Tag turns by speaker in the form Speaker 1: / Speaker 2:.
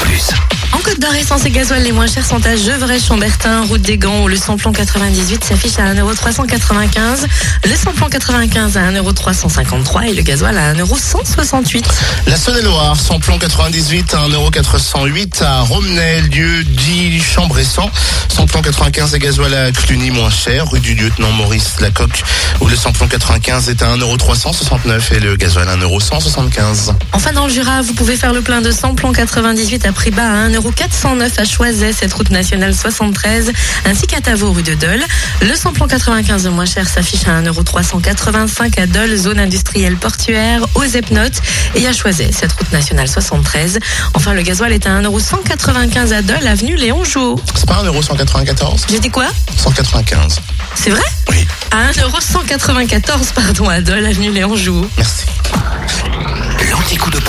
Speaker 1: plus.
Speaker 2: En Côte d'Or, essence et gasoil les moins chers sont à Gevrey-Chambertin, route des Gants, où le samplon 98 s'affiche à 1,395€, le samplon 95 à 1,353€ et le gasoil à 1,168€.
Speaker 1: La Saône-et-Loire, samplon 98 à 1,408€ à Romnay, lieu dit Chambressan. Samplon 95 et gasoil à Cluny, moins cher, rue du lieutenant Maurice Lacocque, où le samplon 95 est à 1,369€ et le gasoil à 1,175€.
Speaker 2: Enfin, dans le Jura, vous pouvez faire le plein de samplon 98 à prix bas à 1,409€ à Choiset, cette route nationale 73, ainsi qu'à Tavaux, rue de Dole. Le samplon 95 le moins cher s'affiche à 1,385€ à Dole, zone industrielle portuaire, aux Epnotes et à Choiset, cette route nationale 73. Enfin, le gasoil est à 1,195€ à Dole, avenue Léon Jouot.
Speaker 1: C'est pas 1,194€,
Speaker 2: J'ai dit quoi
Speaker 1: 195.
Speaker 2: C'est vrai
Speaker 1: Oui,
Speaker 2: À 1,194€, pardon, à Dole, avenue Léon Jouot.
Speaker 1: merci.
Speaker 3: L'anticoup de